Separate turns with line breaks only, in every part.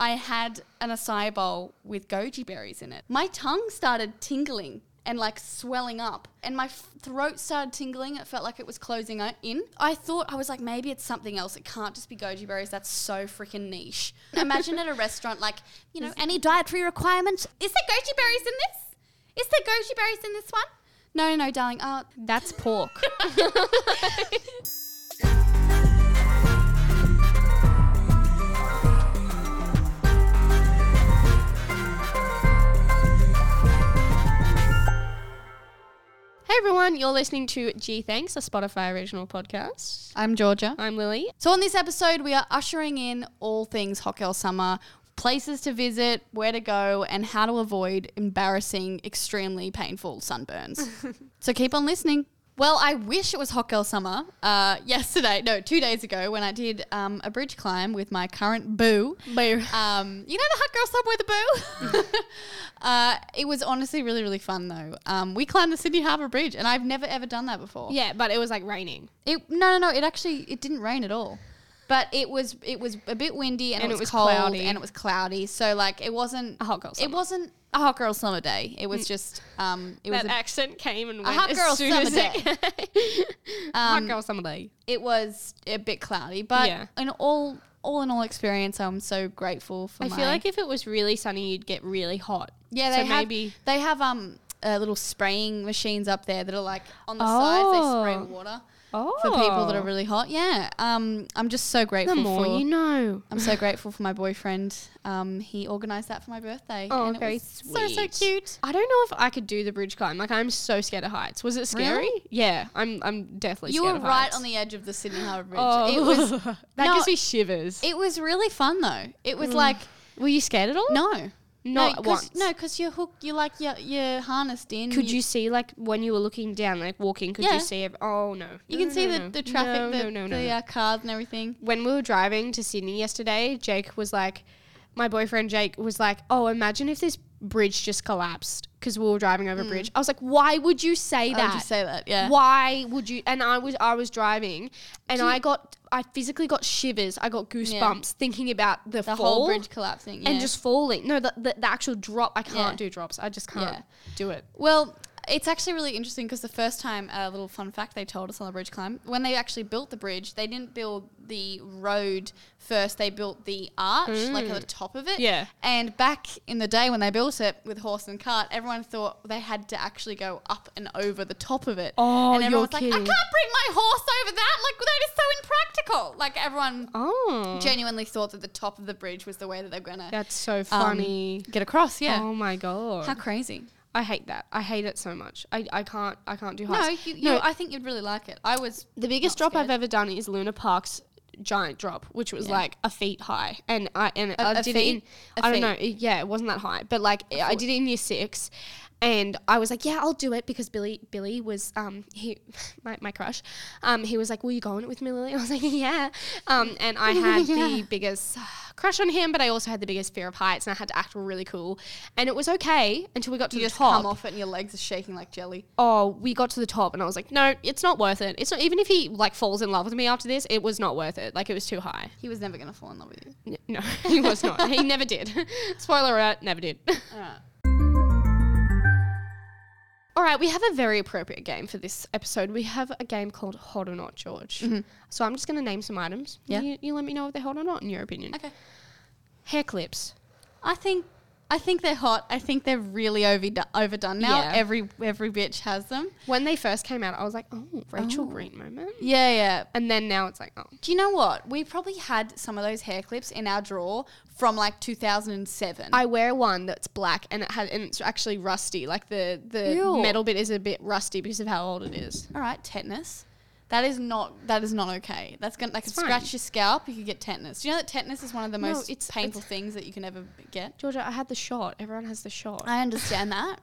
I had an acai bowl with goji berries in it. My tongue started tingling and like swelling up, and my f- throat started tingling. It felt like it was closing o- in. I thought I was like, maybe it's something else. It can't just be goji berries. That's so freaking niche. Imagine at a restaurant, like you know, any dietary requirements? Is there goji berries in this? Is there goji berries in this one? No, no, darling. Uh,
That's pork. hey everyone, you're listening to G Thanks, a Spotify original podcast.
I'm Georgia.
I'm Lily.
So, on this episode, we are ushering in all things Hot Girl Summer places to visit, where to go, and how to avoid embarrassing, extremely painful sunburns. so, keep on listening. Well, I wish it was Hot Girl Summer uh, yesterday, no, two days ago, when I did um, a bridge climb with my current boo.
Boo.
Um, you know the hot girl sub with the boo? uh, it was honestly really, really fun though. Um, we climbed the Sydney Harbour Bridge, and I've never ever done that before.
Yeah, but it was like raining.
It no no no. It actually it didn't rain at all, but it was it was a bit windy and, it was, cold
cloudy.
and it was cloudy. So like it wasn't
A hot girl
It
summer. Mm.
wasn't a hot girl summer day. It was just um it was
that
a,
accent came and
a
went
hot
as
girl
soon
summer
as it Um, Hot girl summer day.
um, it was a bit cloudy, but
Yeah.
in all all in all experience, I'm so grateful for.
I
my,
feel like if it was really sunny, you'd get really hot.
yeah they
so
have
maybe
they have um. Uh, little spraying machines up there that are like on the sides. They
Oh.
spray water
oh.
for people that are really hot. Yeah, um, I'm just so grateful.
The more
for,
you know.
I'm so grateful for my boyfriend. Um, he organised that for my birthday.
Oh,
and it
very
was So so
sweet.
cute.
I don't know if I could do the bridge climb. Like I'm so scared of heights. Was it scary?
Really?
Yeah, I'm. I'm definitely.
You
scared
were
of
right
heights.
on the edge of the Sydney Harbour Bridge.
Oh,
It was.
that
no,
gives me shivers.
It was really fun though. It was like
were you scared at all?
no,
Mm. Not
no,
once.
No, because you're hooked. You're like you're, you're harnessed in.
Could you see like when you were looking down, like walking? Could
Yeah.
you see? Ev- oh no.
You
No,
can
no,
see
no,
the,
no.
the traffic,
No,
the,
no, no, no,
the
no.
Uh, cars and everything.
when we were driving to Sydney yesterday, Jake was like, my boyfriend Jake was like, oh, imagine if this bridge just collapsed because we were driving over a bridge. I was like, why would you say
Why
that?
Mm. would you say that? Yeah.
Why would you? And I was I was driving, and I got I physically got shivers. I got goosebumps thinking about the,
The
fall
whole bridge collapsing. Yeah.
and just falling. No, the, the, the actual drop. I can't
Yeah.
do drops. I just can't
Yeah.
do it.
Well, it's actually really interesting because the first time, a little fun fact they told us on the bridge climb, when they actually built the bridge, they didn't build the road first. They built the arch, like at the top of it.
Mm. Yeah.
And back in the day when they built it with horse and cart, everyone thought they had to actually go up and over the top of it.
Oh,
and everyone
you're
was like, I
kidding.
can't bring my horse over that. Like, that is so impractical. Like, everyone
Oh,
genuinely thought that the top of the bridge was the way that they're going to
that's so funny.
Um, get across. Yeah.
Oh my god.
How crazy.
I hate that. I hate it so much. I, I can't I can't do
No,
heights.
you, you, I think you'd really like it. I was
the biggest
not
drop I've ever done is Luna Park's giant drop, which was
Yeah.
like a feet high, and I and I
a
did
feet?
it. In,
A
I don't
feet.
know. it- Yeah, it wasn't that high, but like I did it in year six, and I was like, yeah, I'll do it because Billy Billy was um he my, my crush, um he was like, will you go on it with me, Lily? I was like, yeah, um and I had the biggest uh, crush on him, but I also had the biggest fear of heights, and I had to act really cool, and it was okay until we got to
You
the
just
top
come off it and your legs are shaking like jelly.
oh, we got to the top, and I was like, no, it's not worth it. It's not even if he like falls in love with me after this, it was not worth it. Like it was too high.
He was never going to fall in love with you.
N- No, he was not. He never did. Spoiler alert, never did. All right, we have a very appropriate game for this episode. We have a game called Hot or Not, George. So I'm just going to name some items.
Yeah.
You, you let me know if they're hot or not in your opinion.
Okay.
Hair clips.
I think I think they're hot. I think they're really overdo- overdone now.
Yeah.
Every every bitch has them.
When they first came out, I was like, oh, Rachel Green moment.
Yeah, yeah.
And then now it's like, oh,
Do you know what? We probably had some of those hair clips in our drawer from like 2007.
I wear one that's black and it had and it's actually rusty. Like the the
Ew.
metal bit is a bit rusty because of how old it is.
All right, tetanus. That is not that is not okay. That's gonna that could
fine.
scratch your scalp. You could get tetanus. Do you know that tetanus is one of the
No,
most
it's-
painful things that you can ever get?
Georgia, I had the shot. Everyone has the shot.
I understand that.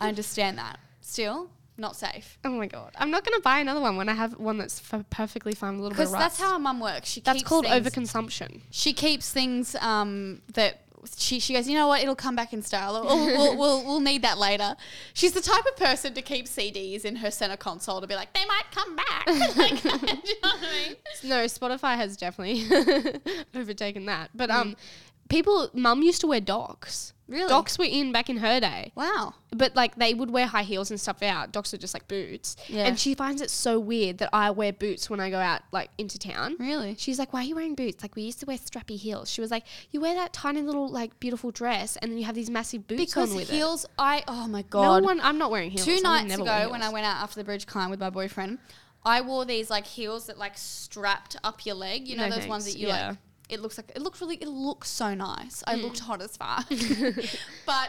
I understand that. Still, not safe.
oh my god, I'm not gonna buy another one when I have one that's f- perfectly fine with a little bit
Because
of
that's
rust.
how our mum works. She
that's
keeps
called
things,
overconsumption.
She keeps things um, that she she goes. You know what? It'll come back in style. Or, or we'll, we'll we'll need that later. She's the type of person to keep CDs in her center console to be like they might come back. Like, do you know what I mean?
No, Spotify has definitely overtaken that. But um, people, mum used to wear docs.
Really?
Docs were in back in her day.
Wow.
But like they would wear high heels and stuff out. Docs are just like boots.
Yeah.
And she finds it so weird that I wear boots when I go out like into town.
Really?
She's like, why are you wearing boots? Like we used to wear strappy heels. She was like, you wear that tiny little like beautiful dress and then you have these massive boots
Because
on with it.
heels, I oh my
No
god.
one, I'm not wearing heels. I
Two
would
nights
never wear
ago, when I
heels.
went out after the bridge climb with my boyfriend, I wore these like heels that like strapped up your leg. You know
No
those ones
thanks.
that you
Yeah.
like. It looks like it looked really. It looks so nice. I
Mm.
looked hot as fuck, but.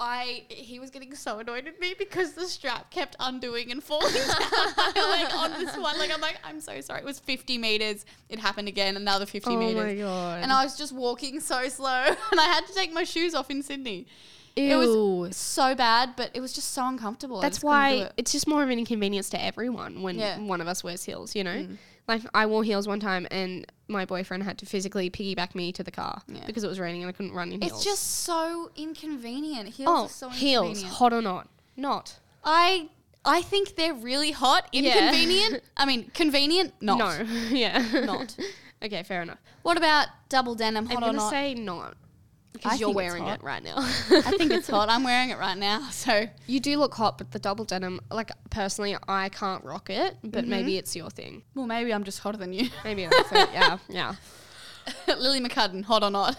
I he was getting so annoyed at me because the strap kept undoing and falling down my leg on this one. Like I'm like I'm so sorry. It was 50 meters. It happened again. Another 50
Oh my
meters.
God.
And I was just walking so slow, and I had to take my shoes off in Sydney. It
Ew.
was so bad, but it was just so uncomfortable. I
That's
just couldn't do
why
it.
it's just more of an inconvenience to everyone when
Yeah. Mm.
one of us wears heels, you know? Like, I wore heels one time and my boyfriend had to physically piggyback me to the car
Yeah.
because it was raining and I couldn't run in heels.
it's just so inconvenient. Heels
oh,
are so
heels,
inconvenient.
hot or not? Not.
I I think they're really hot.
Yeah.
Inconvenient. I mean, convenient. Not.
No. yeah.
Not.
okay, fair enough.
What about double denim? Hot
I'm
or
going to
not?
say not
I
because you're
think it's
wearing
hot.
it right now.
I think it's hot. I'm wearing it right now. So
You do look hot, but the double denim, like, personally, I can't rock it, but maybe it's your thing.
well, maybe I'm just hotter than you.
Maybe that's it. Yeah, yeah.
Lily McCudden, hot or not?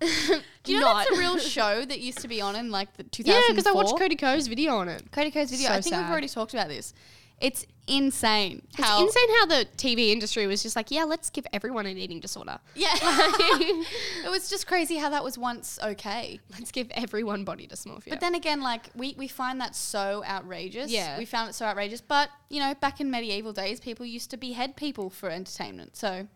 Do you know
Not.
that's a real show that used to be on in like the 2004?
Yeah, because I watched Cody Ko's video on it.
Cody Co's video.
So
I think we've
sad.
already talked about this. It's insane
It's
how
insane how the TV industry was just like, yeah, let's give everyone an eating disorder.
yeah. it was just crazy how that was once okay.
Let's give everyone body dysmorphia.
But then again, like we, we find that so outrageous.
Yeah.
We found it so outrageous. But, you know, back in medieval days, people used to behead people for entertainment. So,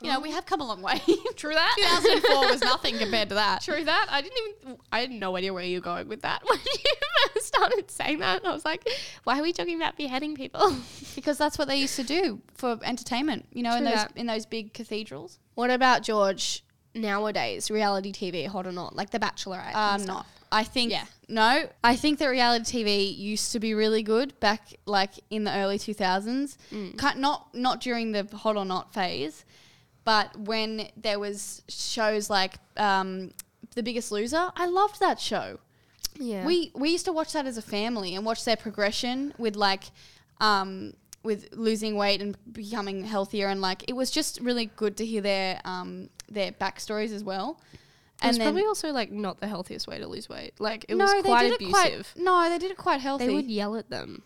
you know, we have come a long way.
Oh. true that.
2004 was nothing compared to that.
True that. I didn't even. I had no idea where you were going with that when you first started saying that. I was like, why are we talking about beheading people?
Because that's what they used to do for entertainment, you know, in
True
those
that.
in those big cathedrals.
What about George nowadays? Reality TV, hot or not? Like The Bachelorette.
Um, not. I think
Yeah.
no. I think that reality TV used to be really good back, like in the early two thousands.
Mm.
Not not during the hot or not phase, but when there was shows like um, The Biggest Loser. I loved that show.
Yeah. We
We we used to watch that as a family and watch their progression with like. Um, with losing weight and becoming healthier and like it was just really good to hear their um their backstories as well.
and it's
then-
probably also like not the healthiest way to lose weight. Like it was quite
did
abusive.
It quite, no, they did it quite healthy.
they would yell at them.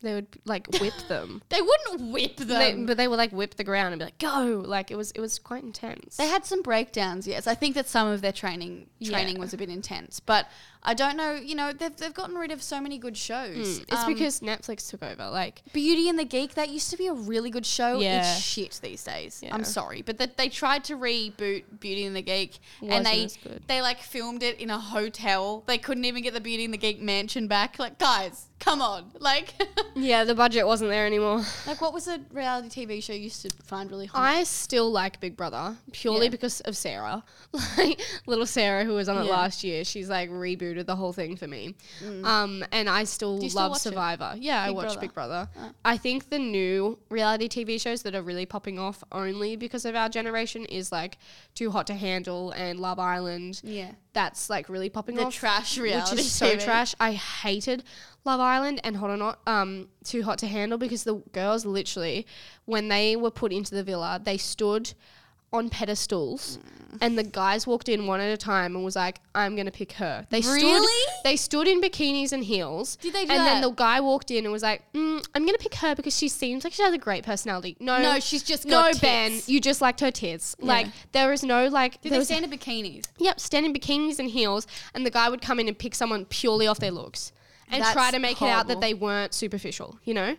They would like whip them.
They wouldn't whip them.
They-
They,
but they would like whip the ground and be like, "Go!" Like it was, it was quite intense.
had some breakdowns. Yes, I think that some of their training
Yeah.
training was a bit intense, but I don't know. You know, they've they've gotten rid of so many good shows.
Mm. it's
Um,
because Netflix took over. Like,
Beauty and the Geek that used to be a really good show.
Yeah.
It's shit these days.
Yeah.
I'm sorry, but that they tried to reboot Beauty and the Geek,
Wasn't
and they
as good.
they like filmed it in a hotel. They couldn't even get the Beauty and the Geek mansion back. Like, guys, come on, like.
yeah, the budget wasn't there anymore.
Like, what was a reality TV show you used to find really hot?
I still like Big Brother purely
Yeah.
because of Sarah, like little Sarah who was on it
Yeah. Mm.
last year. She's like rebooted the whole thing for me, um, and I still
Do you
love
still watch it?
Survivor. Yeah, I
Big
watch
Brother. Oh.
Big Brother. I think the new reality TV shows that are really popping off only because of our generation is like Too Hot to Handle and Love Island.
yeah.
that's like really popping
The
off.
trash reality
which is so
TV.
trash. I hated Love Island and Hot or Not, um, Too Hot to Handle because the girls literally, when they were put into the villa, they stood on pedestals, and the guys walked in one at a time and was like, "I'm gonna pick her." They
Really?
stood, they stood in bikinis and heels.
Did they do
And then
that?
the guy walked in and was like, mm, "I'm gonna pick her because she seems like she has a great personality." No,
No, she's just
no,
got
Ben,
tits.
you just liked her tits. Like
Yeah.
there is no like.
Did
there
they
was
stand in bikinis?
Yep, stand in bikinis and heels, and the guy would come in and pick someone purely off their looks and
That's
try to make it out that
horrible. Mm.
they weren't superficial, you know.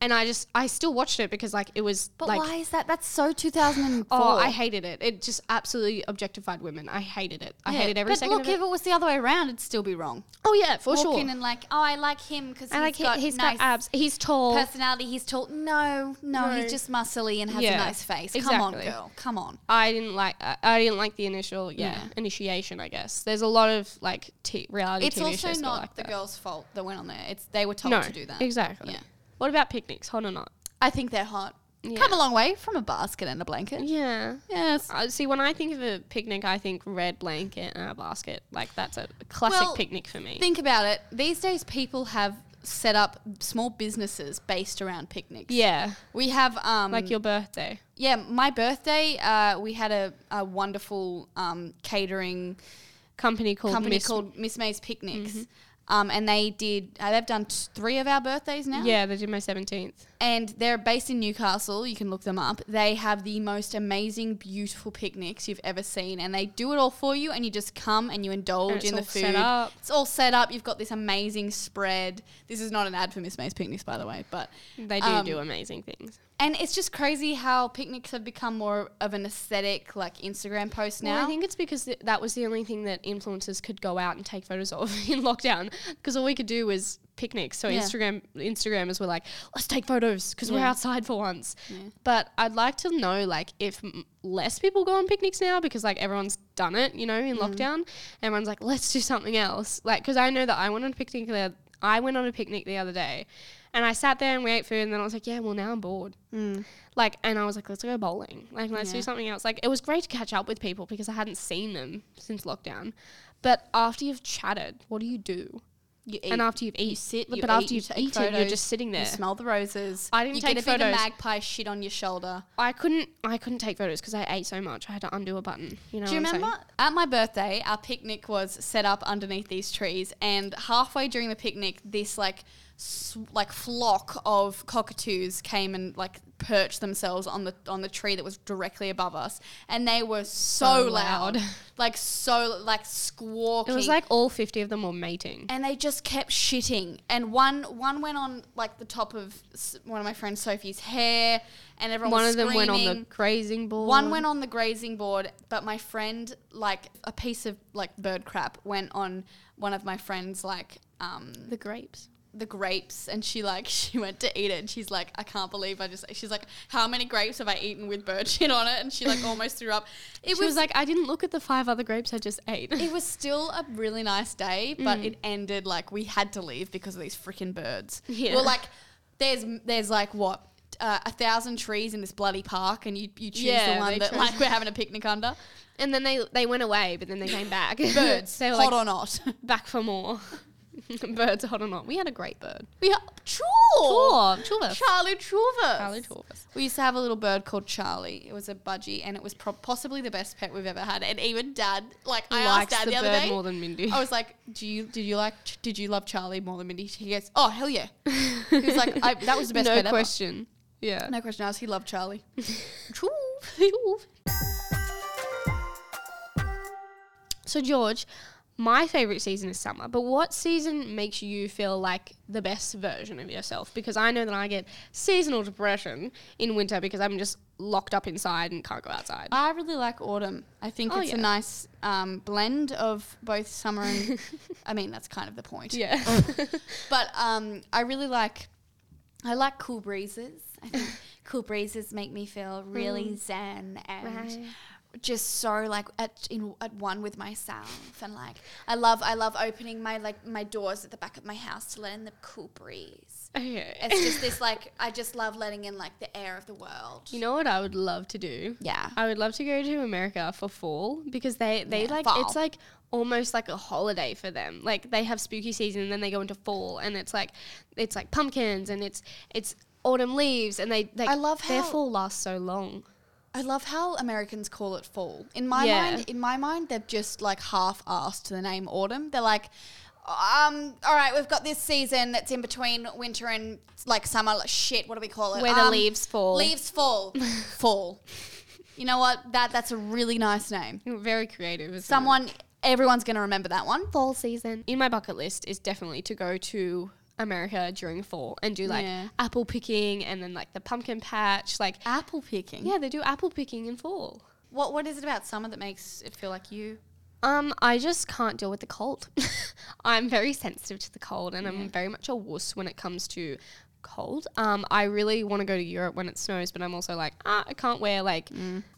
And I just, I still watched it because like it was like,
is that? That's so 2004.
oh, I hated it. It just absolutely objectified women. I hated it. I hated every
but
second
look,
of it.
if it was the other way around, it'd still be wrong.
Oh yeah, for
Walk
sure.
in and like, oh, I like him because
I like he,
got
he's
nice
got abs. He's tall.
personality. He's tall. No, no,
No.
he's just muscly and has
Yeah,
a nice face. Come on,
exactly.
girl. Come on.
I didn't like. I, I didn't like the initial, yeah,
Yeah.
initiation. I guess there's a lot of like t- reality
It's
TV
also
shows that are
not
like
the
that.
girl's fault that went on there. It's they were told
no,
to do that.
exactly.
Yeah.
What about picnics? Hot or not?
I think they're hot.
Yeah.
Come a long way from a basket and a blanket.
Yeah.
Yes.
Uh, see, when I think of a picnic, I think red blanket and a basket. Like that's a classic
Well,
picnic for me.
Think about it. These days, people have set up small businesses based around picnics.
yeah,
We have um,
like your birthday.
yeah, my birthday. Uh, we had a, a wonderful um, catering
Company called
company
Miss- Mm-hmm.
called Miss May's Picnics, um, and they did. Uh, they've done t- three of our birthdays now.
Yeah, they did my seventeenth.
and they're based in Newcastle. You can look them up. They have the most amazing, beautiful picnics you've ever seen, and they do it all for you. And you just come and you indulge
it's
in the
all
food.
set up.
It's all set up. You've got this amazing spread. This is not an ad for Miss May's Picnics, by the way, but
They do
um,
do amazing things.
And it's just crazy how picnics have become more of an aesthetic, like Instagram post now.
Well, I think it's because th- that was the only thing that influencers could go out and take photos of in lockdown because all we could do was picnics. So
Yeah.
Instagram Instagrammers were like, let's take photos because we're
Yeah.
outside for once.
Yeah.
But I'd like to know like if m- less people go on picnics now because like everyone's done it, you know,
Mm.
in lockdown. Everyone's like, let's do something else. Like because I know that I went on a picnic the I went on a picnic the other day. And I sat there and we ate food, and then I was like, "Yeah, well, now I'm bored." like and I was like, let's go bowling. Like let's do
Yeah.
something else. Like it was great to catch up with people because I hadn't seen them since lockdown. But after you've chatted, what do you do?
you eat,
And after you've eaten,
you sit, you
but after
eat, you
you've
take
eaten, you're
photos,
just sitting there.
you smell the roses.
I didn't
you
take
get a bit
photos.
of magpie shit on your shoulder.
I couldn't, I couldn't take photos because I ate so much. I had to undo a button. You know,
Do you
what I'm
remember
saying?
at my birthday, our picnic was set up underneath these trees, and halfway during the picnic, this like s like flock of cockatoos came and like perched themselves on the on the tree that was directly above us, and they were so,
So
loud.
loud.
like so like squawking.
Oh, It was like all fifty of them were mating.
and they just kept shitting. And one one went on like the top of s- one of my friend Sophie's hair, and everyone
One
was
of them went on the
screaming.
grazing board.
One went on the grazing board, but my friend, like a piece of like bird crap, went on one of my friends, like um,
the grapes.
the grapes, and she like she went to eat it, and she's like, I can't believe I just. She's like, how many grapes have I eaten with bird shit on it? And she like almost threw up. It
It was, like I didn't look at the five other grapes I just ate.
it was still a really nice day, but it ended like we had to leave because of these freaking birds.
Yeah.
Well, like there's there's like what uh, a thousand trees in this bloody park, and you you choose
Yeah,
the one
they
that
chose-
like we're having a picnic under.
and then they they went away, but then they came back.
Birds,
they were
hot
like,
or not?
back for more. Birds hot or not. We had a great bird.
we are Chor.
Chorvus.
Charlie Chorvus.
Charlie Chorvus.
We used to have a little bird called Charlie. It was a budgie, and it was pro- possibly the best pet we've ever had. And even Dad, like I asked
Likes
Dad the,
the
other
bird
day, Oh,
more than Mindy.
I was like, "Do you did you like ch- did you love Charlie more than Mindy?" He goes, "Oh hell yeah!" He was like, I, "That was the best
no
pet ever."
question. Yeah.
No question asked. He loved Charlie.
so George, my favorite season is summer, but what season makes you feel like the best version of yourself? Because I know that I get seasonal depression in winter because I'm just locked up inside and can't go outside.
I really like autumn. I think
Oh,
it's a
yeah.
nice um, blend of both summer and. I mean, that's kind of the point.
yeah.
But um, I really like, I like cool breezes. I think cool breezes make me feel really zen and just so like at in at one with myself. And like I love I love opening my like my doors at the back of my house to let in the cool breeze.
okay.
It's just this like I just love letting in like the air of the world.
You know what I would love to do?
Yeah.
I would love to go to America for fall because they they
Yeah,
like
fall.
it's like almost like a holiday for them. Like they have spooky season and then they go into fall and it's like it's like pumpkins and it's it's autumn leaves and they, they
I love
their
how-
fall lasts so long.
I love how Americans call it fall. In my
Yeah.
mind, in my mind, they've just like half-assed the name autumn. They're like, um, all right, we've got this season that's in between winter and like summer. like, Shit, what do we call it?
Where the
Um,
leaves fall.
Leaves fall. fall. You know what? That that's a really nice name.
Very creative. isn't it?
Someone, everyone's gonna remember that one.
fall season in my bucket list is definitely to go to America during fall and do like
Yeah.
apple picking and then like the pumpkin patch like
Apple picking.
yeah, they do apple picking in fall.
What What is it about summer that makes it feel like you?
Um, I just can't deal with the cold. I'm very sensitive to the cold, and I'm very much a wuss when it comes to cold. Um, I really want to go to Europe when it snows, but I'm also like, ah, I can't wear like.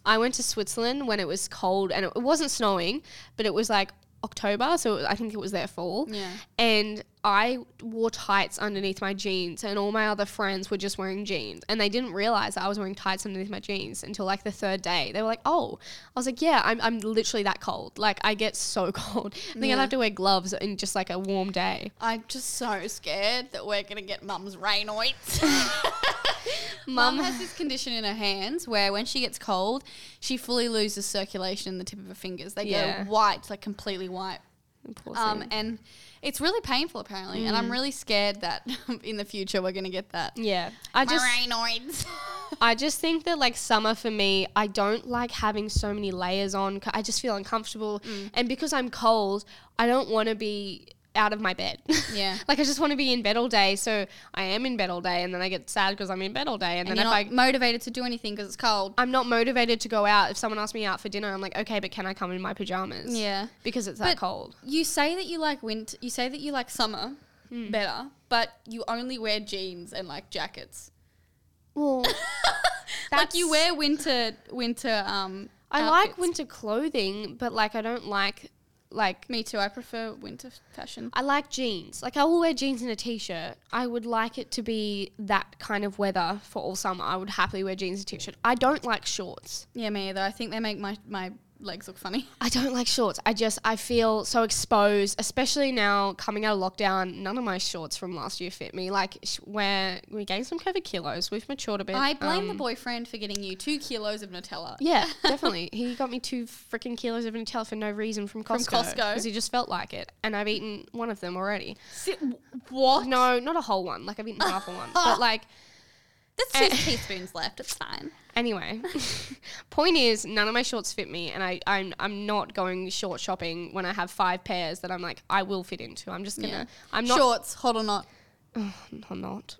I went to Switzerland when it was cold, and it, it wasn't snowing, but it was like October, so I think it was their fall.
Yeah.
And I wore tights underneath my jeans, and all my other friends were just wearing jeans, and they didn't realize that I was wearing tights underneath my jeans until like the third day. They were like, "Oh," I was like, "Yeah, I'm, I'm literally that cold. Like, I get so cold. I think
Yeah.
I'd have to wear gloves in just like a warm day."
I'm just so scared that we're gonna get mum's rainoids. Mum has this condition in her hands where when she gets cold, she fully loses circulation in the tip of her fingers. They
Yeah.
go white, like completely white.
Poor
Um,
thing.
and it's really painful apparently, and I'm really scared that in the future we're gonna get that.
yeah, I just
Rainoids.
I just think that like summer for me, I don't like having so many layers on. 'cause I just feel uncomfortable, and because I'm cold, I don't want to be out of my bed.
Yeah.
like I just want to be in bed all day. So I am in bed all day, and then I get sad because I'm in bed all day,
and
and, then
you're
if
not
I
motivated to do anything because it's cold.
I'm not motivated to go out. If someone asks me out for dinner, I'm like, okay, but can I come in my pajamas?
Yeah.
because it's that
But-
cold.
You say that you like winter. You say that you like summer better, but you only wear jeans and like jackets.
Well,
like you wear winter winter. Um,
I
outfits.
like winter clothing, but like I don't like like
Me too. I prefer winter fashion.
I like jeans. Like I will wear jeans and a t-shirt. I would like it to be that kind of weather for all summer. I would happily wear jeans and t-shirt. I don't like shorts.
Yeah, me either. I think they make my my legs look funny.
I don't like shorts. I just I feel so exposed, especially now coming out of lockdown. None of my shorts from last year fit me. Like sh- where we gained some COVID kilos. We've matured a bit.
I blame
um,
the boyfriend for getting you two kilos of Nutella.
Yeah, definitely. he got me two freaking kilos of Nutella for no reason from Costco.
Costco?
Because he just felt like it. And I've eaten one of them already.
Si- what?
No, not a whole one. Like I've eaten half a one. But like
There's two teaspoons left. It's fine.
Anyway, point is, none of my shorts fit me, and I, I'm, I'm not going short shopping when I have five pairs that I'm like, I will fit into. I'm just gonna,
Yeah.
I'm not,
Shorts, hot or not.
I'm not.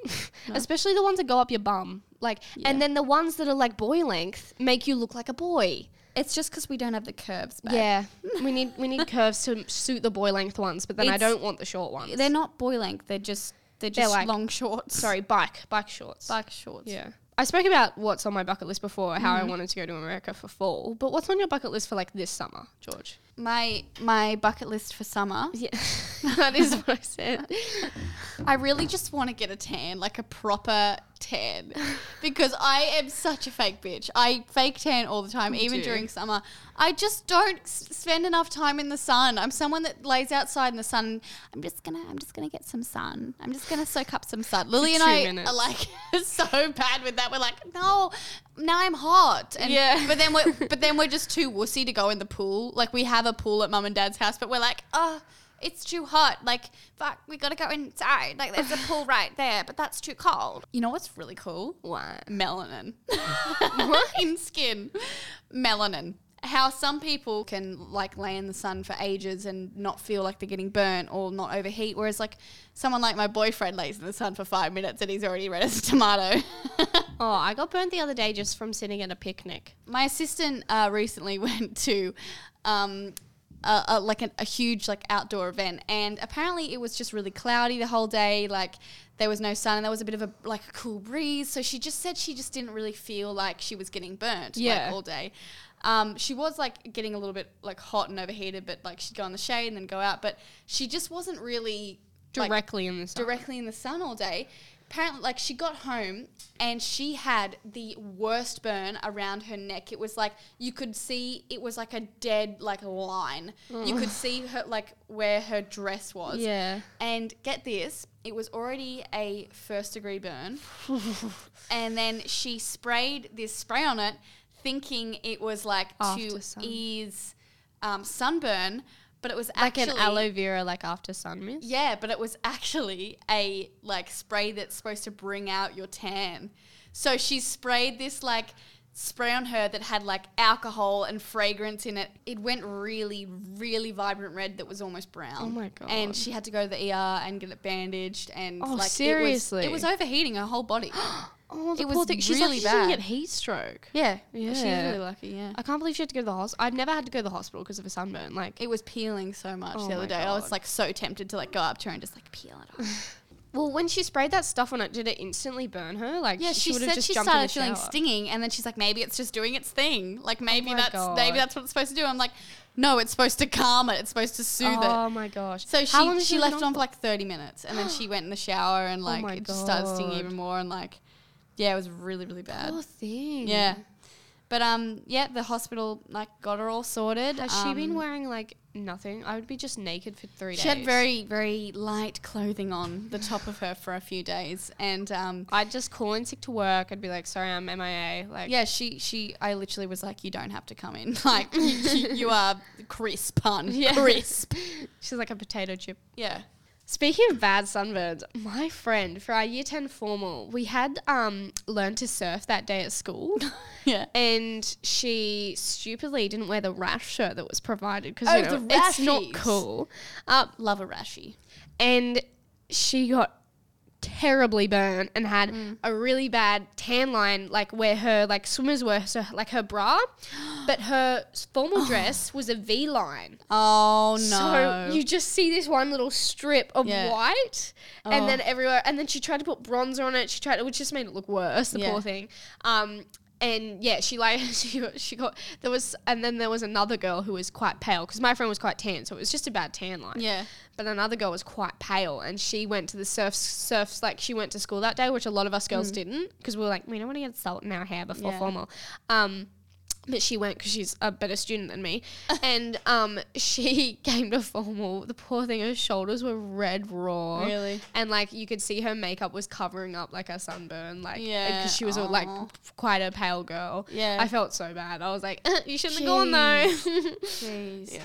Especially the ones that go up your bum, like, and then the ones that are like boy length make you look like a boy.
It's just because we don't have the curves back.
Yeah, we need, we need curves to suit the boy length ones, but then I
It's-
don't want the short ones.
They're not boy length. They're just they're just
like-
long shorts.
Sorry, bike, bike shorts.
bike shorts. Mm-hmm.
Yeah. I spoke about what's on my bucket list before, how I wanted to go to America for fall, but what's on your bucket list for like this summer, George?
My my bucket list for summer.
Yeah, that is what I said.
I really just want to get a tan, like a proper tan, because I am such a fake bitch. I fake tan all the time, even
do.
during summer. I just don't s- spend enough time in the sun. I'm someone that lays outside in the sun. I'm just gonna, I'm just gonna get some sun. I'm just gonna soak up some sun. Lily and
two
I
minutes.
are like so bad with that. We're like, no, now I'm hot. And
Yeah.
But then we're, but then we're just too wussy to go in the pool. Like we have a pool at mum and dad's house, but we're like, oh. It's too hot. Like, fuck, we gotta go inside. Like, there's a pool right there, but that's too cold. You know what's really cool?
What?
Melanin. in skin. Melanin. How some people can, like, lay in the sun for ages and not feel like they're getting burnt or not overheat, whereas, like, someone like my boyfriend lays in the sun for five minutes and he's already red as a tomato.
Oh, I got burnt the other day just from sitting at a picnic.
my assistant uh, recently went to um, a, a, like an, a huge like outdoor event and apparently it was just really cloudy the whole day like there was no sun and there was a bit of a like a cool breeze so she just said she just didn't really feel like she was getting burnt
Yeah.
like, all day um, she was like getting a little bit like hot and overheated but like she'd go in the shade and then go out but she just wasn't really like,
Directly in the sun.
directly in the sun all day. Apparently, like she got home and she had the worst burn around her neck. It was like you could see it was like a dead like line. You could see her like where her dress was.
Mm. Yeah.
And get this, it was already a first degree burn. and then she sprayed this spray on it, thinking it was like
After
to
sun.
ease um, sunburn, but it was
Like
actually
an aloe vera, like after sun mist.
yeah, but it was actually a like spray that's supposed to bring out your tan. So she sprayed this like spray on her that had like alcohol and fragrance in it. It went really, really vibrant red that was almost brown.
Oh my God.
And she had to go to the ER and get it bandaged and
Oh,
like it was-
seriously?
It was, overheating her whole body.
Oh, the
It was
poor thing. She's like,
really
she didn't
bad.
get heat stroke.
yeah.
Yeah.
She's really lucky, yeah.
I can't believe she had to go to the hospital. I've never had to go to the hospital because of a sunburn. Like,
It was peeling so much
Oh
the
my
other day. I
God.
was like so tempted to like go up to her and just like peel it off.
well, when she sprayed that stuff on it, did it instantly burn her? Like,
Yeah, she,
would have
said
just
she
jumped in
started
the
feeling
shower. Oh
stinging, and then she's like, maybe it's just doing its thing. Like maybe
my
that's
God.
maybe that's what it's supposed to do. I'm like, No, it's supposed to calm it. It's supposed to soothe
oh
it.
my gosh.
So
How
she
long has
she
been Oh
left it on for like thirty minutes, and then she went in the shower, and like
my
it just started stinging
God.
even more, and like yeah, it was really really bad.
Poor thing.
Yeah. But um, yeah, the hospital like got her all sorted.
Has she been
Um,
wearing like nothing? I would be just naked for three days.
She had very very light clothing on the top of her for a few days, and um,
I'd just call in sick to work. I'd be like, sorry, I'm MIA. Like,
yeah, she she I literally was like, you don't have to come in, like you, you, you are crisp, hun, crisp.
She's like a potato chip.
Yeah.
Speaking of bad sunburns, my friend for our year 10 formal, we had um learned to surf that day at school.
Yeah.
And she stupidly didn't wear the rash shirt that was provided because
Oh, the
it's not
rashies.
cool. Um,
Uh, Love a rashy.
and she got terribly burnt and had
Mm.
a really bad tan line like where her like swimmers were so like her bra but her s- formal dress was a v line
Oh
so you just see this one little strip of
Yeah.
white and
Oh.
then everywhere and then she tried to put bronzer on it she tried which just made it look worse the
Yeah.
poor thing um and yeah, she like she got, she got there was and then there was another girl who was quite pale because my friend was quite tan, so it was just a bad tan line.
yeah.
But another girl was quite pale, and she went to the surf surfs like she went to school that day, which a lot of us girls didn't because we were like we don't want to get salt in our hair before
Hmm. Yeah.
formal. Um, but she went because she's a better student than me, and um, she came to formal. The poor thing, her shoulders were red raw,
Really?
and like you could see her makeup was covering up like a sunburn, like
Yeah,
because she was a, like
aw.
quite a pale girl.
Yeah.
I felt so bad. I was like, you shouldn't have gone though.
Jeez.
Yeah.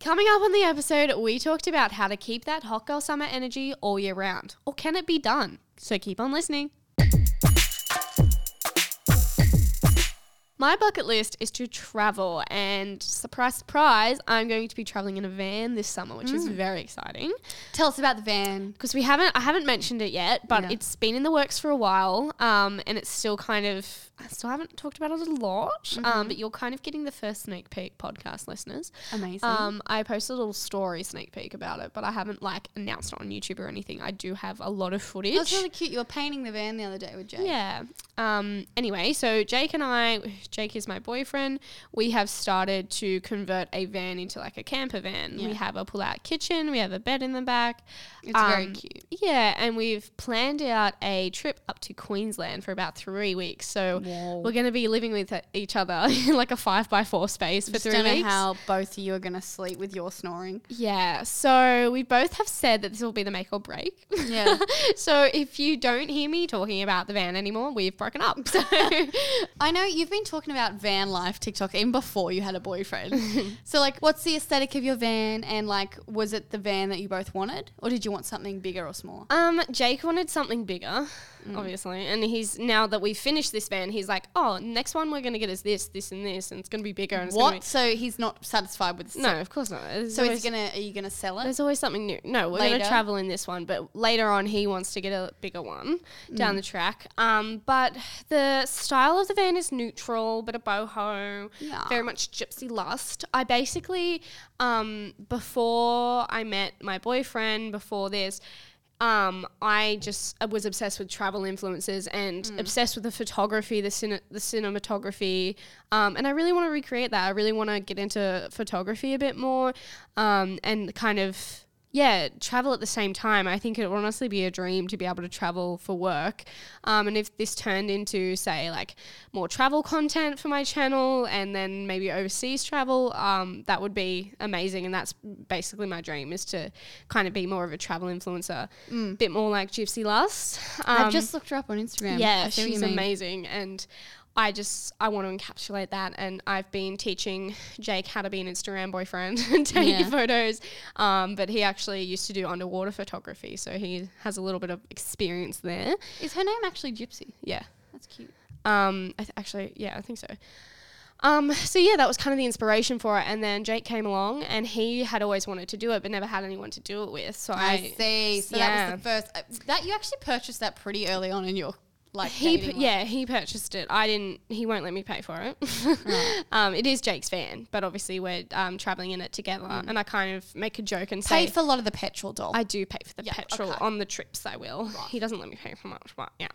Coming up on the episode, we talked about how to keep that hot girl summer energy all year round. Or can it be done? So keep on listening. My bucket list is to travel, and surprise, surprise, I'm going to be traveling in a van this summer, which is very exciting
Tell us about the van.
because we haven't I haven't mentioned it yet, but
Yeah.
it's been in the works for a while, um, and it's still kind of I still haven't talked about it a lot, um, but you're kind of getting the first sneak peek, podcast listeners.
Amazing.
Um, I posted a little story sneak peek about it, but I haven't like announced it on YouTube or anything. I do have a lot of footage.
That was really cute. You were painting the van the other day with Jay.
Yeah. Um, anyway, so Jake and I, Jake is my boyfriend. We have started to convert a van into like a camper van.
Yeah.
We have a pull-out kitchen. We have a bed in the back. Um,
It's very cute.
Yeah, and we've planned out a trip up to Queensland for about three weeks. So
Whoa.
we're going to be living with e-, each other in like a five by four space for
Just
three
don't know
weeks.
how both of you are going to sleep with your snoring.
Yeah, so we both have said that this will be the make or break.
Yeah.
so if you don't hear me talking about the van anymore, we've broken up. So
I know you've been talking about van life TikTok even before you had a boyfriend. so like what's the aesthetic of your van and like was it the van that you both wanted or did you want something bigger or smaller?
um, Jake wanted something bigger,
Mm.
obviously, and he's now that we've finished this van, he's like, oh, next one we're gonna get is this, this, and this, and it's gonna be bigger. And it's Gonna
What? So he's not satisfied with
be-
the
no, of course not. There's
So
always,
is he gonna are you gonna sell it?
there's always something new. No, we're
Later?
gonna travel in this one, but later on he wants to get a bigger one down the track. Um, but the style of the van is neutral, but a boho.
Yeah.
very much gypsy lust. I basically, um, before I met my boyfriend, before this, um, I just I was obsessed with travel influences and obsessed with the photography, the cine- the cinematography, um, and I really want to recreate that. I really want to get into photography a bit more, um, and kind of yeah, travel at the same time. I think it would honestly be a dream to be able to travel for work. Um, and if this turned into, say, like more travel content for my channel and then maybe overseas travel, um, that would be amazing. And that's basically my dream is to kind of be more of a travel influencer, bit more like Gypsy Lust. Um,
I've just looked her up on Instagram.
yeah,
I see what you
she's
mean.
amazing, and I just I want to encapsulate that. And I've been teaching Jake how to be an Instagram boyfriend and take
Yeah.
photos. Um, but he actually used to do underwater photography, so he has a little bit of experience there.
Is her name actually Gypsy?
Yeah.
That's cute.
Um, I th- actually, yeah, I think so. Um, so yeah, that was kind of the inspiration for it. And then Jake came along, and he had always wanted to do it, but never had anyone to do it with. So I,
I see. So
yeah.
that was the first uh, that you actually purchased that pretty early on in your like
He
dating
pu-
life.
yeah, he purchased it. I didn't. He won't let me pay for it. um, it is Jake's van, but obviously we're um, traveling in it together, and I kind of make a joke and say
Paid for a lot of the petrol doll.
I do pay for the
Yeah,
petrol
okay.
on the trips. I will. He doesn't let me pay for much, but yeah.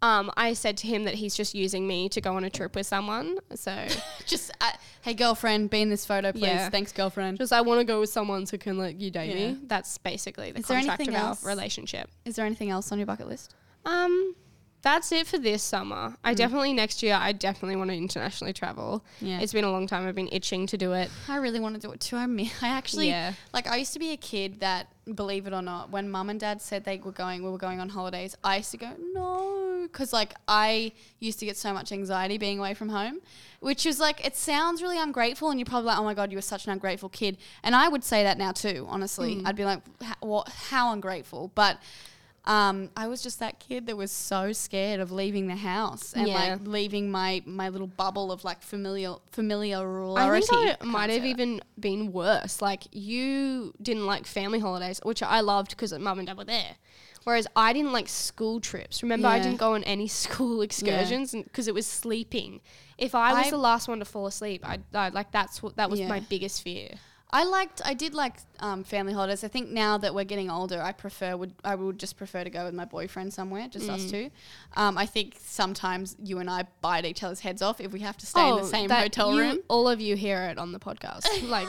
um, I said to him that he's just using me to go on a trip with someone. So
Just, uh, hey, girlfriend, be in this photo, please.
Yeah.
Thanks, girlfriend.
just I want to go with someone so can like you date
Yeah.
me. That's basically the
Is there
contract of
anything else?
our relationship.
Is there anything else on your bucket list?
Um, that's it for this summer. I definitely next year. I definitely want to internationally travel.
Yeah.
it's been a long time. I've been itching to do it.
I really want to do it too. I mean, I actually
Yeah.
like. I used to be a kid that, believe it or not, when mum and dad said they were going, we were going on holidays. I used to go no, because like I used to get so much anxiety being away from home, which is like it sounds really ungrateful, and you're probably like, oh my god, you were such an ungrateful kid. And I would say that now too. Honestly,
Hmm.
I'd be like, "H- what? How ungrateful? But. Um, I was just that kid that was so scared of leaving the house and
Yeah.
like leaving my, my little bubble of like familial familiarity.
I think I
Can't
might
say
have
that.
even been worse. Like you didn't like family holidays, which I loved because mum and dad were there. Whereas I didn't like school trips. Remember, I
Yeah.
didn't go on any school excursions because it was sleeping. If I was
I-
the last one to fall asleep, I, I like that's what that was
Yeah.
my biggest fear.
I liked, I did like um, family holidays. I think now that we're getting older, I prefer would I would just prefer to go with my boyfriend somewhere, just
Mm.
us two. Um, I think sometimes you and I bite each other's heads off if we have to stay in the same
Oh, that
hotel
you-
room.
All of you hear it on the podcast. Like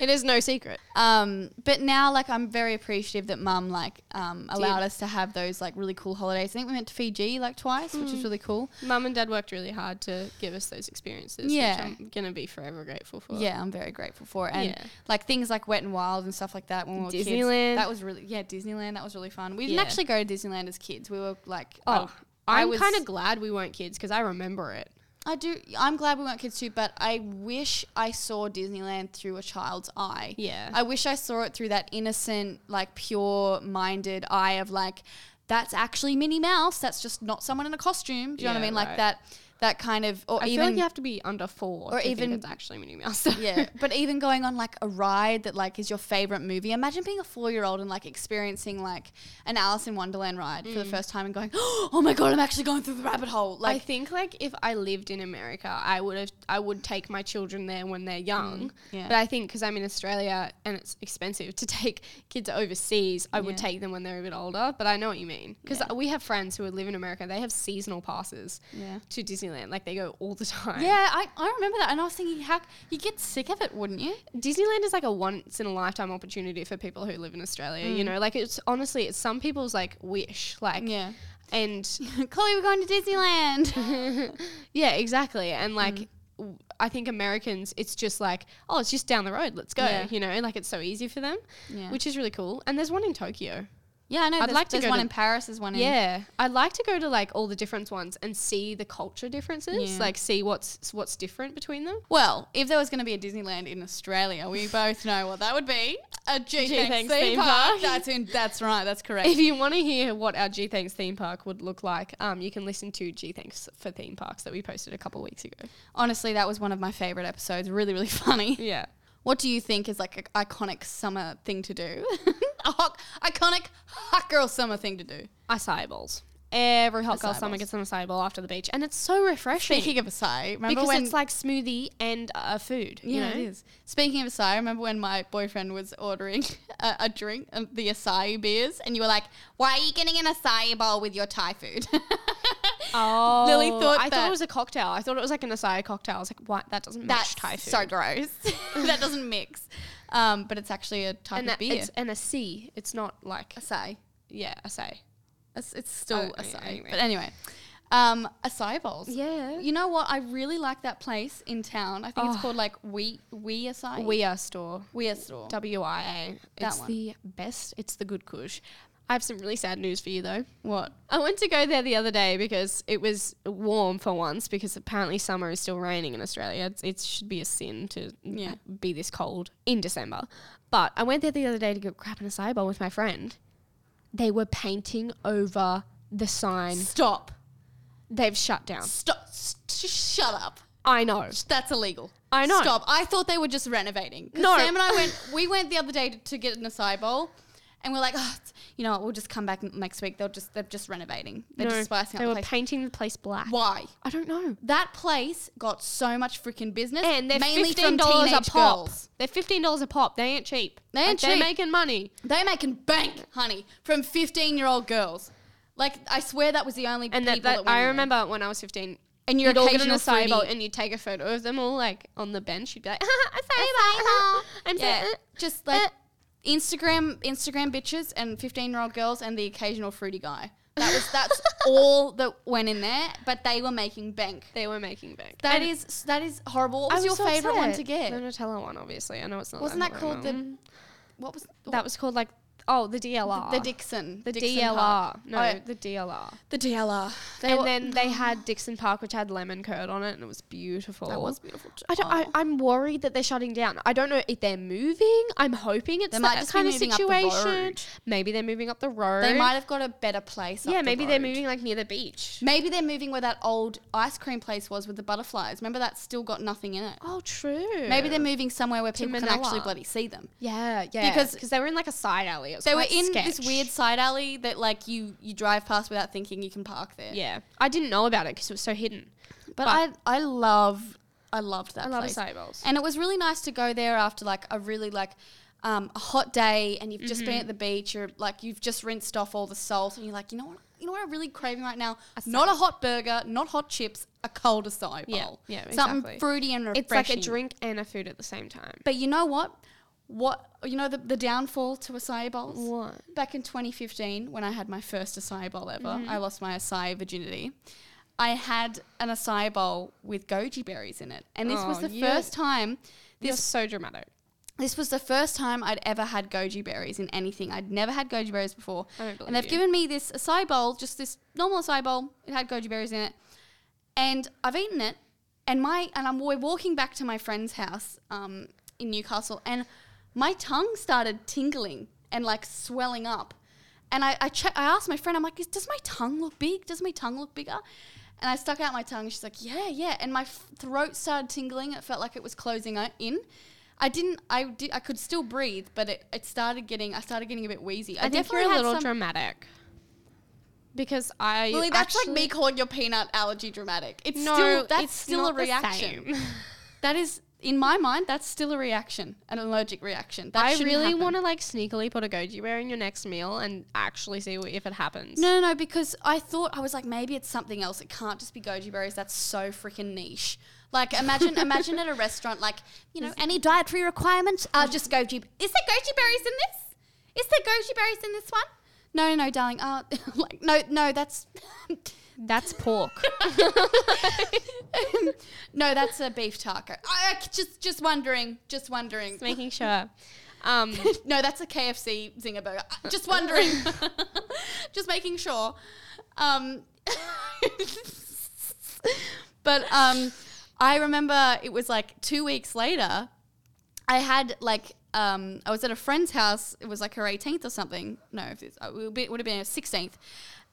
it is no secret.
Um, but now, like, I'm very appreciative that Mum like um, allowed
Did.
us to have those like really cool holidays. I think we went to Fiji like twice, which
Hmm.
is really cool.
Mum and dad worked really hard to give us those experiences.
Yeah.
which I'm gonna be forever grateful for.
Yeah, I'm very grateful for it. And
Yeah.
like things like Wet and Wild and stuff like that when we were
Disneyland.
kids. That was really yeah, Disneyland. That was really fun. We didn't
Yeah.
actually go to Disneyland as kids. We were like um,
Oh,
I
I'm
was-
kind of glad we weren't kids because I remember it.
I do. I'm glad we weren't kids too, but I wish I saw Disneyland through a child's eye.
Yeah.
I wish I saw it through that innocent, like pure minded eye of like, that's actually Minnie Mouse. That's just not someone in a costume. Do you know what I
Yeah,
mean? Like
right.
that, that kind of, or
I
even
feel like you have to be under four,
or
or to
even-
even it's actually Minnie Mouse.
yeah, but even going on like a ride that like is your favorite movie. Imagine being a four year old and like experiencing like an Alice in Wonderland ride for the first time and going, oh my god, I'm actually going through the rabbit hole.
Mm. I
Like,
think like if I lived in America, I would have I would take my children there when they're
Mm,
young.
yeah.
But I think because I'm in Australia and it's expensive to take kids overseas, I would
Yeah.
take them when they're a bit older. But I know what you mean because
Yeah.
we have friends who live in America. They have seasonal passes
yeah.
to Disneyland. Like they go all the time.
Yeah, I, I remember that, and I was thinking, how you get sick of it, wouldn't you?
Disneyland is like a once in a lifetime opportunity for people who live in Australia. You know, like it's honestly it's some people's like wish. Like
Mm. Yeah,
and
Chloe, we're going to Disneyland.
Yeah, exactly. And like,
Mm.
w I I think Americans, it's just like, oh, it's just down the road. Let's go.
Yeah.
You know, like it's so easy for them,
Yeah.
which is really cool. And there's one in Tokyo.
yeah, I know.
I'd
there's,
like to
there's
go
one
to-
in Paris. There's one in
Yeah, I'd like to go to like all the different ones and see the culture differences.
Yeah.
Like, see what's what's different between them.
Well, if there was going to be a Disneyland in Australia, we both know what that would be. A G Thanks theme park. That's in. That's right. That's correct.
If you want to hear what our G Thanks theme park would look like, um, you can listen to G Thanks for theme parks that we posted a couple weeks ago.
Honestly, that was one of my favorite episodes. Really, really funny.
Yeah.
What do you think is like an iconic summer thing to do? a hot, iconic hot girl summer thing to do.
Acai bowls. Every hot girl
Acai
summer
bowls.
gets an acai bowl after the beach, and it's so refreshing.
Speaking of acai, remember
because
when
it's like smoothie and uh, food. you
Yeah,
know?
it is. Speaking of acai, I remember when my boyfriend was ordering a, a drink, um, the acai beers, and you were like, "Why are you getting an acai bowl with your Thai food?"
Oh,
Lily thought
I thought
that-
it was a cocktail. I thought it was like an acai cocktail. I was like, what? That doesn't
That's
match Thai food.
so gross. that doesn't mix. Um, but it's actually a type
and
of
that,
beer.
it's and a C. It's not like
acai.
yeah, acai.
It's, it's still
Oh, yeah,
acai.
anyway.
But anyway, um, acai bowls.
Yeah.
You know what? I really like that place in town. I think it's
Oh.
called like We We Acai.
We are store.
We Are Store.
W I A.
That
It's
one.
the best. It's the good kush. I have some really sad news for you though.
What?
I went to go there the other day because it was warm for once because apparently summer is still raining in Australia. It's, it should be a sin to
Yeah.
be this cold in December. But I went there the other day to go crap in a acai bowl with my friend. They were painting over the sign.
Stop.
They've shut down.
Stop. Sh- shut up.
I know.
That's illegal.
I know.
Stop. I thought they were just renovating. 'Cause
No.
Sam and I went. We went the other day to, to get an acai bowl, and we're like, oh, it's- you know what? We'll just come back n- next week. They'll just they're just renovating. They're
No,
just spicing
they
up
were
the place.
painting the place black.
Why?
I don't know.
That place got so much freaking business,
And they're
mainly
fifteen
from
dollars a
teenage
pop.
girls.
They're fifteen dollars a pop. They ain't cheap.
They ain't
They're
cheap.
making money.
They're making bank, honey, from fifteen-year-old girls. Like I swear that was the only
And that,
people
that
went
I
there.
remember when I was 15.
And your
You'd all get on a
occasional
Saibo
foodie.
and you'd take a photo of them all like on the bench. You'd be like, a Saibo. I'm
Yeah,
so,
just like Instagram, Instagram bitches and fifteen-year-old girls and the occasional fruity guy. That was that's all that went in there. But they were making bank.
they were making bank.
That
And
is that is horrible. What
I
was, your
so
favorite one
upset.
to get?
The Nutella one, obviously. I know it's not.
Wasn't that called
popular.
the what was
That was called like oh the DLR.
the Dixon?
The
Dixon
DLR.
Park.
No,
Oh,
the DLR.
the DLR. They
and
were-
then they had Dixon Park, which had lemon curd on it, and it was beautiful.
that was beautiful. Too.
I don't, I, I'm worried that they're shutting down. I don't know if they're moving. I'm hoping it's
They might
that
just be
kind of
moving up the
situation.
road.
Maybe they're moving up the road.
They might have got a better place. up
Yeah,
the
maybe they're
road.
moving like near the beach.
Maybe they're moving where that old ice cream place was with the butterflies. Remember that's still got nothing in it.
Oh, true.
Maybe they're moving somewhere where people can actually
Manila.
bloody see them.
Yeah, yeah.
Because-
Because they were in like a side alley. It was
They were
quite
in this
sketch.
weird side alley that like you you drive past without thinking you can park there.
Yeah, I didn't know about it because it was so hidden.
but, I I love I loved that
I love
place.
acai bowls.
And it was really nice to go there after like a really like um, a hot day and you've just been at the beach, you're like you've just rinsed off all the salt and you're like, you know what you know what I'm really craving right now? Not a hot burger, not hot chips, a cold acai bowl.
Yeah, yeah,
Something
exactly.
fruity and refreshing.
It's like a drink and a food at the same time.
But you know what? What you know the, the downfall to acai bowls?
What?
Back in 2015, when I had my first acai bowl ever,
Mm-hmm.
I lost my acai virginity. I had an acai bowl with goji berries in it, and this was
Oh,
the
you-
first time.
You're
This
so dramatic.
this was the first time I'd ever had goji berries in anything. I'd never had goji berries before,
I don't
and they've
believe you.
given me this acai bowl, just this normal acai bowl. It had goji berries in it, and I've eaten it. And my and I'm we're walking back to my friend's house um, in Newcastle, and my tongue started tingling and like swelling up. And I I, check, I asked my friend, I'm like, "Is- does my tongue look big? Does my tongue look bigger? And I stuck out my tongue. And she's like, yeah, yeah. And my f- throat started tingling. It felt like it was closing o- in. I didn't. I did. I could still breathe, but it, it started getting. I started getting a bit wheezy. I,
I, think
definitely
you're a
had
little
some.
dramatic. Because I
Lily, that's
actually,
like me calling your peanut allergy dramatic. It's
no,
still that's
it's
still a
not the
reaction.
same.
That is in my mind, that's still a reaction, an allergic reaction. That
I
shouldn't
really
happen.
want to like sneakily put a goji bear in your next meal and actually see what, if it happens.
No, no, no, because I thought I was like, maybe it's something else. It can't just be goji berries. That's so freaking niche. Like, imagine, imagine at a restaurant, like, you know, any dietary requirements? Uh, just goji. Is there goji berries in this? Is there goji berries in this one? No, no, no, darling. Uh, like, no, no, that's
That's pork.
no, that's a beef taco. I, I just, just wondering, just wondering.
Just making sure. Um,
no, that's a KFC zinger burger. Uh, Just wondering, just making sure. Um, but um, I remember it was like two weeks later. I had like um, I was at a friend's house. It was like her 18th or something. No, if it's, uh, it would be- it would have been her 16th,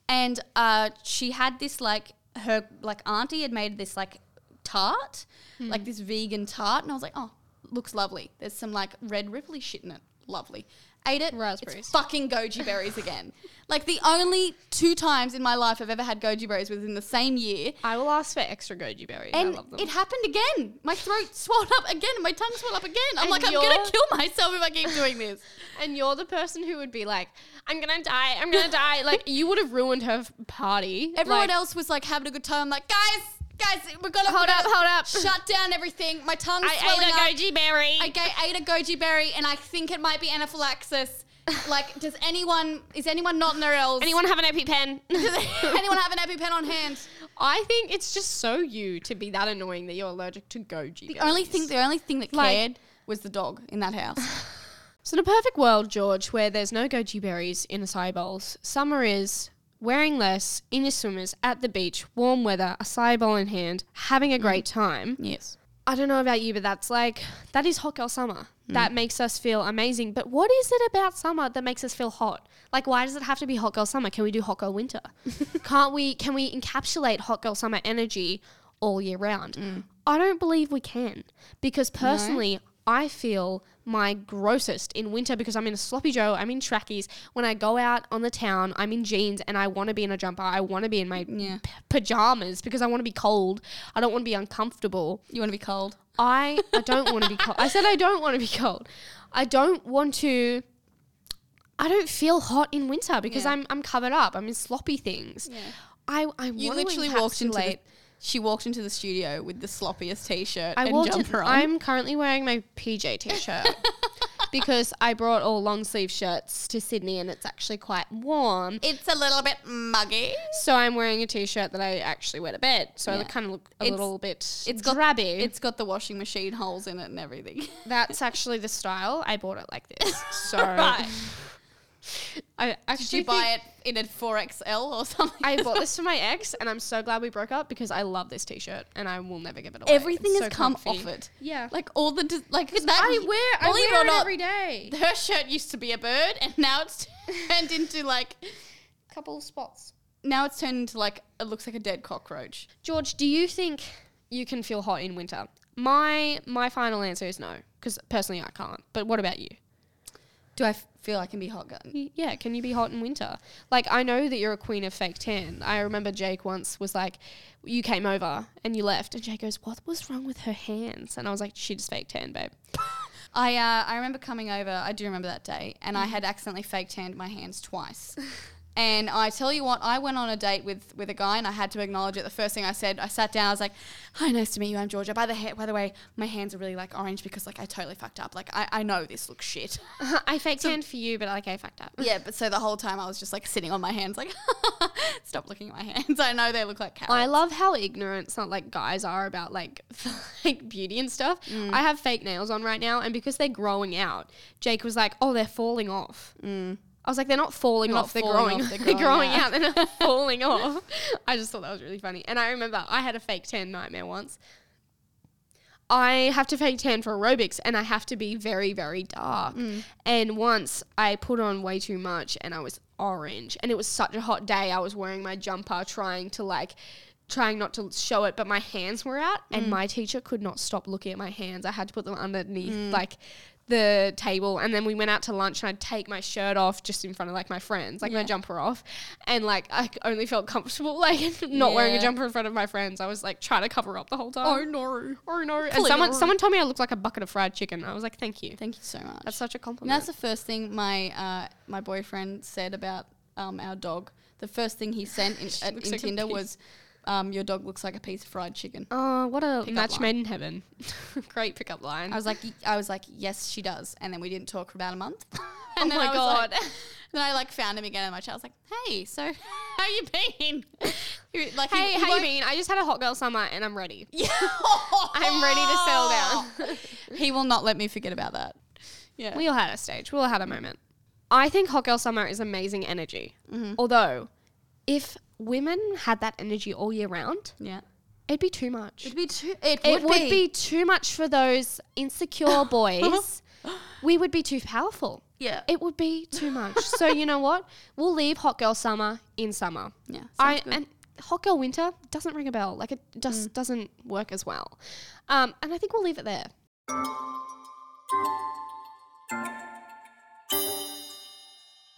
and uh, she had this like her like auntie had made this like tart, like this vegan tart, and I was like, oh, looks lovely. There's some like red Ripley shit in it. Lovely. Ate it.
Raspberries.
It's fucking goji berries again. like the only two times in my life I've ever had goji berries was in the same year,
I will ask for extra goji berries. I
and
love them.
it happened again. My throat swelled up again. and My tongue swelled up again. I'm
And
like, I'm
you're-
gonna kill myself if I keep doing this.
and you're the person who would be like, "I'm gonna die. I'm gonna die." Like you would have ruined her f- party.
Everyone
Like,
else was like having a good time. I'm like, guys, guys, we're gonna
Hold
we're
up,
gonna
hold up.
Shut down everything. My tongue's swelling up.
I ate a goji berry.
I ga- ate a goji berry, and I think it might be anaphylaxis. Like, does anyone is anyone not in their L's?
Anyone have an EpiPen?
anyone have an EpiPen on hand?
I think it's just so you to be that annoying that you're allergic to goji.
The only thing, the only thing that
Like-
cared was the dog in that house.
So in a perfect world, George, where there's no goji berries in acai bowls, summer is wearing less, in your swimmers, at the beach, warm weather, acai bowl in hand, having a great time.
yes.
I don't know about you, but that's like that is hot girl summer. That makes us feel amazing. But what is it about summer that makes us feel hot? Like why does it have to be hot girl summer? Can we do hot girl winter? Can't we can we encapsulate hot girl summer energy all year round? I don't believe we can. Because personally, I feel my grossest in winter because I'm in a sloppy joe, I'm in trackies. When I go out on the town, I'm in jeans and I want to be in a jumper. I want to be in my
Yeah.
p- pajamas because I want to be cold. I don't want to be uncomfortable.
You want to be cold?
I, I don't want to be cold. I said I don't want to be cold. I don't want to I don't feel hot in winter because
Yeah.
I'm I'm covered up. I'm in sloppy things.
Yeah.
I I
You
wanna
literally walked into
encapsulate-
the, she walked into the studio with the sloppiest t-shirt
I
and
walked. in-
jumper on.
I'm currently wearing my PJ t-shirt because I brought all long sleeve shirts to Sydney and it's actually quite warm.
it's a little bit muggy.
So I'm wearing a t-shirt that I actually wear to bed. So I
Yeah.
kind of look a
It's-
little bit
it's
it's
got-
grabby.
It's got the washing machine holes in it and everything.
That's actually the style. I bought it like this. So
right.
I actually
Did you buy it in a 4XL or something?
I bought this for my ex, and I'm so glad we broke up because I love this T-shirt, and I will never give it away.
Everything
It's
has
so
come
comfy.
off it.
Yeah,
Like all the dis- like that.
I wear. I
believe it
wear
or
it
not,
every day.
her shirt used to be a bird, and now it's turned into like
Couple spots.
now it's turned into like it looks like a dead cockroach.
George, do you think you can feel hot in winter? My my final answer is no, because personally I can't. But what about you?
Do I f- feel I can be hot gun?
Y- Yeah, can you be hot in winter? Like I know that you're a queen of fake tan. I remember Jake once was like, "You came over and you left," and Jake goes, "What was wrong with her hands?" And I was like, "She just fake tan, babe."
I uh, I remember coming over. I do remember that day, and I had accidentally fake tanned my hands twice. and I tell you what, I went on a date with with a guy, and I had to acknowledge it. The first thing I said, I sat down. I was like, "Hi, nice to meet you. I'm Georgia. By the ha- by the way, my hands are really like orange because like I totally fucked up. Like I, I know this looks shit.
I fake tan for you, but like I fucked up.
yeah, but so the whole time I was just like sitting on my hands, like stop looking at my hands. I know they look like carrots.
I love how ignorant some like guys are about like like beauty and stuff.
Mm.
I have fake nails on right now, and because they're growing out, Jake was like, "Oh, they're falling off." I was like, "They're not falling
They're Mm. not
off. They're
falling
growing.
off,
They're
they're growing
growing, out.
out."
They're not falling off." I just thought that was really funny. And I remember I had a fake tan nightmare once. I have to fake tan for aerobics and I have to be very, very dark.
Mm.
And once I put on way too much and I was orange and it was such a hot day. I was wearing my jumper, trying to like, trying not to show it, but my hands were out and
Mm.
my teacher could not stop looking at my hands. I had to put them underneath
Mm.
like the table and then we went out to lunch and I'd take my shirt off just in front of like my friends, like my
Yeah.
jumper off. And like I only felt comfortable like not wearing a
Yeah.
jumper in front of my friends. I was like trying to cover up the whole time.
oh no.
Or no. And
Clear.
someone someone told me I looked like a bucket of fried chicken. I was like, thank you.
Thank you so much.
That's such a
And
compliment.
that's the first thing my uh, my boyfriend said about um, our dog. The first thing he sent in,
She
at,
looks
in
like a
Tinder
piece.
was, um, "Your dog looks like a piece of fried chicken."
oh, what a
Pickup
match
line.
made in heaven. Great pickup line.
I was like, y- I was like, yes, she does. And then we didn't talk for about a month.
oh
And then
my
I was
god.
like- then I like found him again in my chat. I was like, hey, so how you been? He- like, he-
hey,
he
how you
won't-
been? I just had a hot girl summer and I'm ready.
Yeah.
I'm ready to settle down.
he will not let me forget about that. Yeah.
we all had a stage. We all had a moment. I think hot girl summer is amazing energy. Although, if women had that energy all year round,
yeah.
it'd be too much.
It'd be too. It,
it would be. too much for those insecure boys. we would be too powerful.
Yeah.
It would be too much. so you know what? We'll leave hot girl summer in summer.
yeah.
I
sounds good. Mm.
and hot girl winter doesn't ring a bell. Like it just doesn't work as well. Um, and I think we'll leave it there.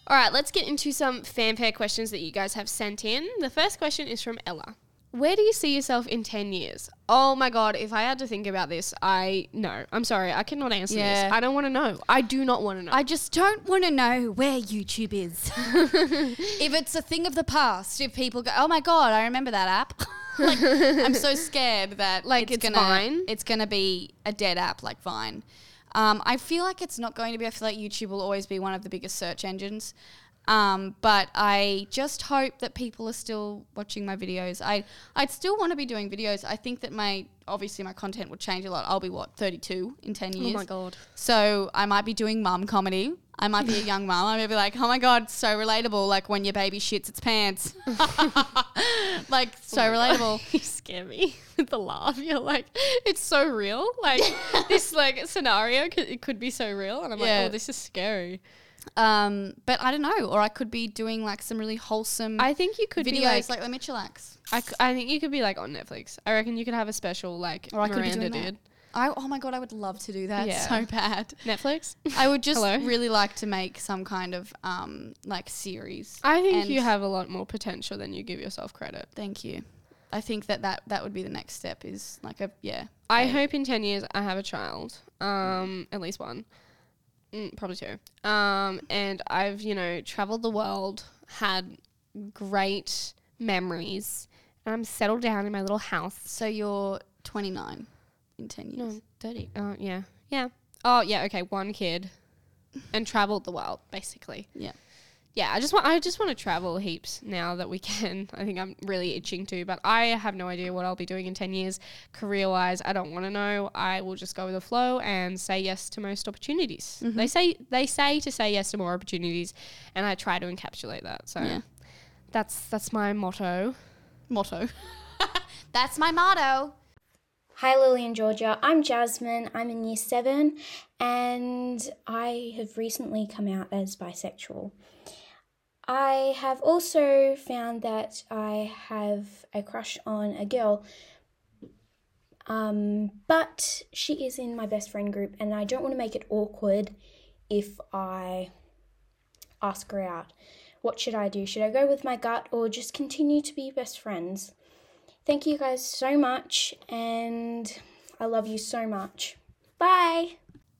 All right, let's get into some fanfare questions that you guys have sent in. The first question is from Ella. Where do you see yourself in 10 years? Oh my God, if I had to think about this, I no, I'm sorry, I cannot answer
Yeah.
this. I don't want to know. I do not want to know.
I just don't want to know where YouTube is. if it's a thing of the past, if people go, "Oh my god, I remember that app," like, I'm so scared that
Like, it's
gonna
Vine?
it's gonna be a dead app like Vine. Um, I feel like it's not going to be. I feel like YouTube will always be one of the biggest search engines. Um, but I just hope that people are still watching my videos. I I'd still want to be doing videos. I think that my obviously my content will change a lot. I'll be what 32 in 10 years.
oh my God.
So I might be doing mum comedy. I might be a young mum. I might be like, oh my god, so relatable. Like when your baby shits its pants. like so
Oh
relatable.
you scare me with the laugh. You're like, it's so real. Like this like scenario, could, it could be so real, and I'm
Yeah.
like, oh, this is scary.
Um, but I don't know. Or I could be doing like some really wholesome
I think you could
videos,
be like,
like, Let Me Chillax.
I, c- I think you could be like on Netflix. I reckon you could have a special like
Or I could be
Miranda
doing that.
did
I oh my god, I would love to do that
Yeah.
so bad.
Netflix.
I would just
Hello?
really like to make some kind of um like series.
I think
And-
you have a lot more potential than you give yourself credit.
Thank you. I think that that that would be the next step. Is like a yeah.
I
Right.
hope in ten years I have a child, um, at least one, Mm, probably two. Um, and I've, you know, traveled the world, had great memories, and I'm settled down in my little house.
So you're 29 in 10 years.
No, I'm 30. Oh, yeah. Yeah. Oh, yeah. Okay. One kid and traveled the world, basically.
Yeah.
Yeah. I just want, I just want to travel heaps now that we can. I think I'm really itching to, but I have no idea what I'll be doing in 10 years career wise. I don't want to know. I will just go with the flow and say yes to most opportunities.
Mm-hmm.
They say, they say to say yes to more opportunities, and I try to encapsulate that. So
Yeah.
that's, that's my motto.
Motto. That's my motto.
Hi, Lily and Georgia. I'm Jasmine. I'm in year seven, and I have recently come out as bisexual. I have also found that I have a crush on a girl, um, but she is in my best friend group, and I don't want to make it awkward if I ask her out. What should I do? Should I go with my gut or just continue to be best friends? Thank you guys so much, and I love you so much. Bye.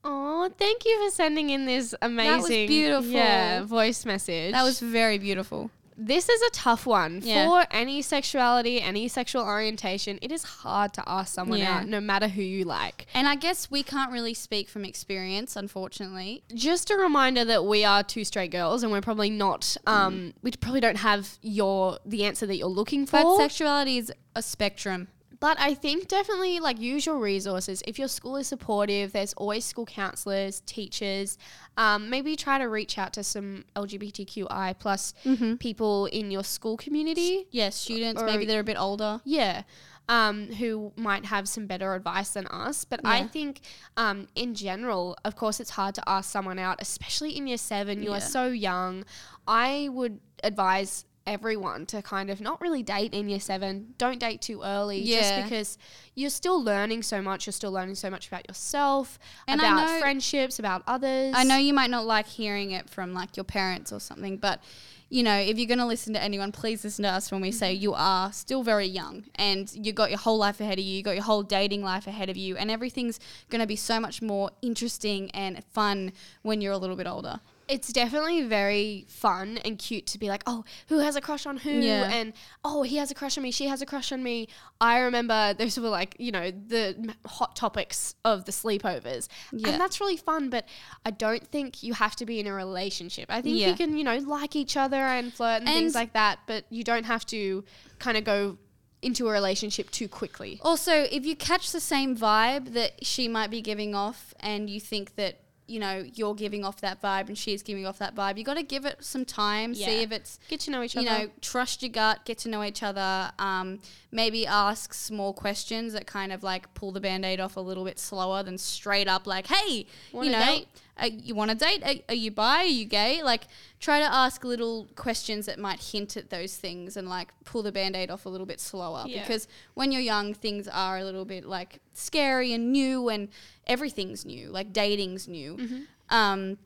Oh, thank you for sending in this amazing,
was beautiful.
yeah, voice message.
That was very beautiful.
this is a tough one
Yeah.
for any sexuality, any sexual orientation. It is hard to ask someone
Yeah.
out, no matter who you like.
And I guess we can't really speak from experience, unfortunately.
Just a reminder that we are two straight girls, and we're probably not. Um, we probably don't have your the answer that you're looking for.
But sexuality is a spectrum.
But I think definitely like use your resources. If your school is supportive, there's always school counselors, teachers. Um, maybe try to reach out to some LGBTQI plus
Mm-hmm.
people in your school community.
Yeah, students,
Or-
maybe they're a bit older.
Yeah. Um, who might have some better advice than us. But I
Yeah.
think, um, in general, of course, it's hard to ask someone out, especially in year seven. You are
Yeah.
so young. I would advise everyone to kind of not really date in year seven. Don't date too early. Just
Yeah.
because you're still learning so much. You're still learning so much about yourself,
And I
about
know-
friendships, about others.
I know you might not like hearing it from like your parents or something, but you know, if you're going to listen to anyone, please listen to us when we say
Mm-hmm.
you are still very young and you got your whole life ahead of you, you got your whole dating life ahead of you, and everything's going to be so much more interesting and fun when you're a little bit older.
it's definitely very fun and cute to be like, oh, who has a crush on who?
Yeah.
And oh, he has a crush on me, she has a crush on me. I remember those were like, you know, the m- hot topics of the sleepovers.
Yeah.
And that's really fun, but I don't think you have to be in a relationship. I think
Yeah.
you can, you know, like each other and flirt and,
And-
things like that, but you don't have to kind of go into a relationship too quickly.
Also, if you catch the same vibe that she might be giving off and you think that, you know, you're giving off that vibe and she's giving off that vibe, you got to give it some time,
Yeah.
see if it's
Get to know each
you
other.
know, trust your gut, get to know each other, um, maybe ask small questions that kind of like pull the band aid off a little bit slower than straight up, like, hey,
Wanna
you know,
date?
uh, you want to date? Are, are you bi? Are you gay? Like, try to ask little questions that might hint at those things and like pull the band aid off a little bit slower
Yeah.
because when you're young, things are a little bit like scary and new and everything's new, like dating's new.
Mm-hmm.
Um,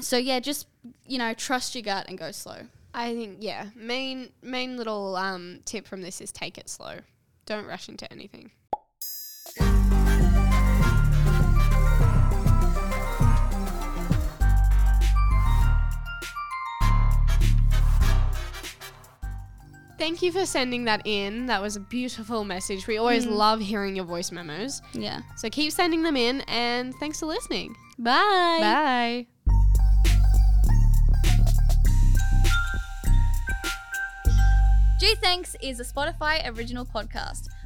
so yeah, just you know, trust your gut and go slow.
I think yeah. Main main little um, tip from this is take it slow. Don't rush into anything. Thank you for sending that in. That was a beautiful message. We always love hearing your voice memos.
Yeah.
So keep sending them in and thanks for listening.
Bye.
Bye.
G Thanks is a Spotify original podcast